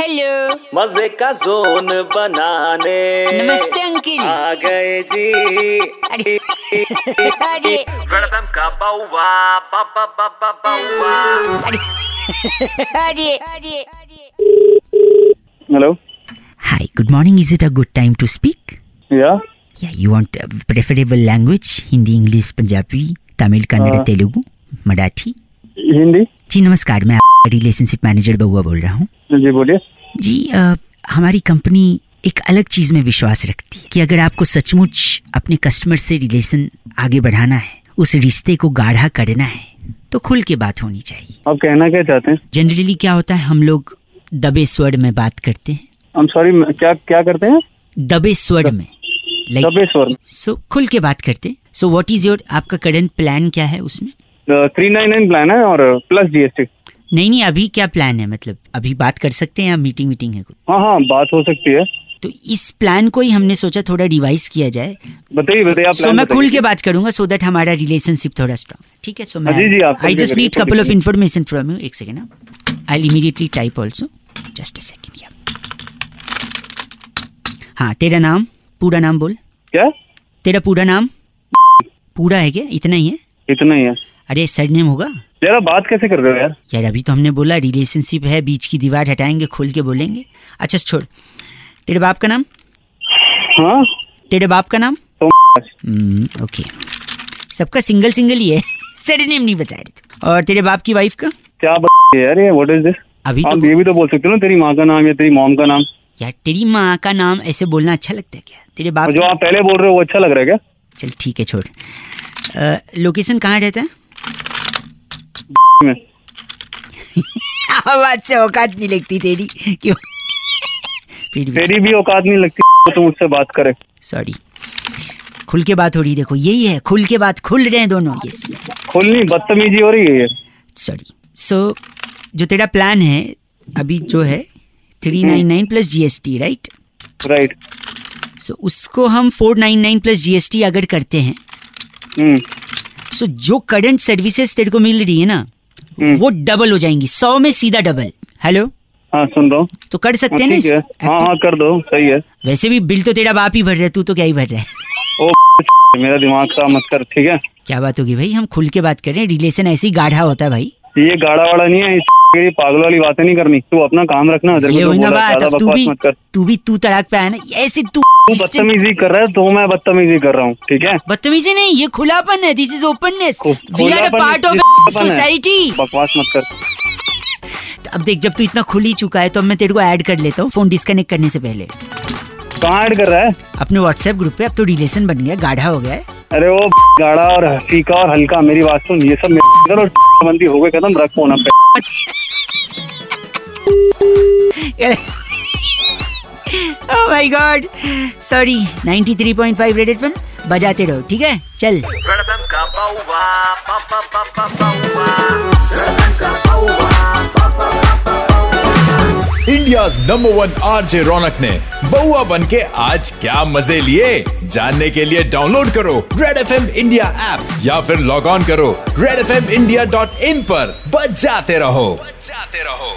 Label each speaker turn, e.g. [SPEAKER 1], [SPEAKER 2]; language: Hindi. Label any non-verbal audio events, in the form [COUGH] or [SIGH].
[SPEAKER 1] हेलो
[SPEAKER 2] मजे का जोन बनाने
[SPEAKER 1] नमस्ते अंकिल
[SPEAKER 2] आ गए जी
[SPEAKER 1] अरे अरे
[SPEAKER 2] वेलकम का बाउवा बाबा बाबा बाउवा
[SPEAKER 1] अरे अरे
[SPEAKER 3] Hello.
[SPEAKER 4] Hi, good morning. Is it a good time to speak?
[SPEAKER 3] Yeah.
[SPEAKER 4] Yeah, you want a preferable language? Hindi, English, Punjabi, Tamil, Kannada,
[SPEAKER 3] हाँ।
[SPEAKER 4] Telugu, Marathi?
[SPEAKER 3] हिंदी
[SPEAKER 4] जी नमस्कार मैं आपका रिलेशनशिप मैनेजर बउआ बोल रहा हूँ
[SPEAKER 3] जी बोलिए
[SPEAKER 4] जी अ, हमारी कंपनी एक अलग चीज़ में विश्वास रखती है कि अगर आपको सचमुच अपने कस्टमर से रिलेशन आगे बढ़ाना है उस रिश्ते को गाढ़ा करना है तो खुल के बात होनी चाहिए
[SPEAKER 3] आप कहना क्या चाहते हैं
[SPEAKER 4] जनरली क्या होता है हम लोग दबे स्वर में बात करते हैं
[SPEAKER 3] आई एम सॉरी क्या क्या करते हैं
[SPEAKER 4] दबे स्वर में
[SPEAKER 3] दबे स्वर
[SPEAKER 4] सो खुल के बात करते सो व्हाट इज योर आपका करंट प्लान क्या है उसमें
[SPEAKER 3] थ्री नाइन नाइन प्लान है और प्लस जीएसटी
[SPEAKER 4] नहीं नहीं अभी क्या प्लान है मतलब अभी बात कर सकते हैं या मीटिंग मीटिंग है कुछ
[SPEAKER 3] हाँ हाँ बात हो सकती है
[SPEAKER 4] तो इस प्लान को ही हमने सोचा थोड़ा रिवाइज किया जाए
[SPEAKER 3] बताइए बताइए आप
[SPEAKER 4] सो
[SPEAKER 3] प्लान
[SPEAKER 4] मैं खुल
[SPEAKER 3] बताइए।
[SPEAKER 4] के बात करूंगा सो दैट हमारा रिलेशनशिप थोड़ा स्ट्रांग ठीक है सो मैं
[SPEAKER 3] हाँ, जी, जी, आप
[SPEAKER 4] आई
[SPEAKER 3] खुल के
[SPEAKER 4] जस्ट नीड
[SPEAKER 3] करिए,
[SPEAKER 4] कपल ऑफ
[SPEAKER 3] करिए।
[SPEAKER 4] इन्फॉर्मेशन फ्रॉम यू एक हाँ। Second I immediately type also just a second या हाँ तेरा नाम पूरा नाम बोल
[SPEAKER 3] क्या
[SPEAKER 4] तेरा पूरा नाम पूरा है क्या इतना ही है
[SPEAKER 3] इतना ही है
[SPEAKER 4] अरे सर नेम होगा
[SPEAKER 3] यार आप बात कैसे कर रहे हो यार
[SPEAKER 4] यार अभी तो हमने बोला रिलेशनशिप है बीच की दीवार हटाएंगे खोल के बोलेंगे अच्छा छोड़ तेरे बाप का नाम
[SPEAKER 3] हाँ
[SPEAKER 4] तेरे बाप का नाम
[SPEAKER 3] तो
[SPEAKER 4] हम्म, ओके सबका सिंगल सिंगल ही है [LAUGHS] सर नेम नहीं बता रहे थे और तेरे बाप की वाइफ का
[SPEAKER 3] क्या बात है यार ये व्हाट इज दिस
[SPEAKER 4] अभी
[SPEAKER 3] आप
[SPEAKER 4] तो
[SPEAKER 3] ये भी तो बोल सकते हो ना तेरी माँ का नाम या तेरी मॉम का नाम
[SPEAKER 4] यार तेरी माँ का नाम ऐसे बोलना अच्छा लगता है क्या तेरे बाप
[SPEAKER 3] और जो
[SPEAKER 4] का-
[SPEAKER 3] आप पहले बोल रहे हो वो अच्छा लग रहा है क्या
[SPEAKER 4] चल ठीक है छोड़ अ, लोकेशन कहाँ रहता है [LAUGHS]
[SPEAKER 3] में
[SPEAKER 4] आवाज से औकात नहीं लगती तेरी क्यों [LAUGHS] फिर भी
[SPEAKER 3] तेरी भी औकात नहीं लगती तो तुम मुझसे बात करे
[SPEAKER 4] सॉरी खुल के बात हो रही है, देखो यही है खुल के बात खुल रहे हैं दोनों यस
[SPEAKER 3] खुलनी बदतमीजी हो रही है ये
[SPEAKER 4] सॉरी सो जो तेरा प्लान है अभी जो है three nine nine plus GST right
[SPEAKER 3] right
[SPEAKER 4] so उसको हम four nine nine plus GST अगर करते हैं
[SPEAKER 3] हम्म
[SPEAKER 4] सो जो करंट सर्विसेज तेरे को मिल रही है ना
[SPEAKER 3] हम्म।
[SPEAKER 4] वो डबल हो जाएंगी सौ में सीधा डबल हेलो
[SPEAKER 3] हाँ सुन रहा हूँ
[SPEAKER 4] तो कर
[SPEAKER 3] हाँ,
[SPEAKER 4] सकते हैं ना
[SPEAKER 3] ठीक है
[SPEAKER 4] इसको?
[SPEAKER 3] हाँ हाँ कर दो सही है
[SPEAKER 4] वैसे भी बिल तो तेरा बाप ही भर रहा है तू तो क्या ही भर रहा है [LAUGHS]
[SPEAKER 3] ओ मेरा दिमाग का मत कर ठीक है
[SPEAKER 4] क्या बात होगी भाई हम खुल के बात कर रहे हैं रिलेशन ऐसे ही गाढ़ा होता है भाई
[SPEAKER 3] ये गाड़ा वाड़ा नहीं है इस ये पागल वाली बातें नहीं करनी तू अपना काम रखना तेरे को
[SPEAKER 4] ये
[SPEAKER 3] जो
[SPEAKER 4] हुई ना
[SPEAKER 3] बोला,
[SPEAKER 4] बात
[SPEAKER 3] ज्यादा
[SPEAKER 4] अब तू
[SPEAKER 3] बकवास
[SPEAKER 4] भी
[SPEAKER 3] मत कर तू
[SPEAKER 4] तू भी तू तड़ाक पे आया ना ऐसे तू persistent-
[SPEAKER 3] बदतमीजी कर रहा है तो मैं बदतमीजी कर रहा हूँ ठीक है
[SPEAKER 4] बदतमीजी नहीं ये खुलापन है दिस इज ओपननेस
[SPEAKER 3] खु-
[SPEAKER 4] वी आर अ
[SPEAKER 3] खुलापन
[SPEAKER 4] पार्ट
[SPEAKER 3] किस
[SPEAKER 4] ऑफ
[SPEAKER 3] खुलापन है?
[SPEAKER 4] सोसाइटी
[SPEAKER 3] बकवास मत कर
[SPEAKER 4] अब देख जब तू इतना खुल ही चुका है तो अब मैं तेरे को ऐड कर लेता हूँ फोन डिस्कनेक्ट करने से पहले
[SPEAKER 3] कहाँ ऐड कर रहा है
[SPEAKER 4] अपने व्हाट्सएप ग्रुप पे अब तो रिलेशन बन गया गाढ़ा हो गया है [LAUGHS]
[SPEAKER 3] अरे वो गाड़ा और फीका और हल्का मेरी बात सुन ये सब मेरे अंदर और बंदी हो गए कदम रख फोन पे
[SPEAKER 4] oh my God sorry 93.5 red FM बजाते रहो ठीक है चल
[SPEAKER 2] वेलकम का बाउवा बाबा बाबा Bauwa
[SPEAKER 5] India's number one RJ Raunak ने बउआ बन के आज क्या मजे लिए जानने के लिए डाउनलोड करो Red F M India app या फिर लॉग ऑन करो Red F M India dot in पर बजाते रहो बजाते रहो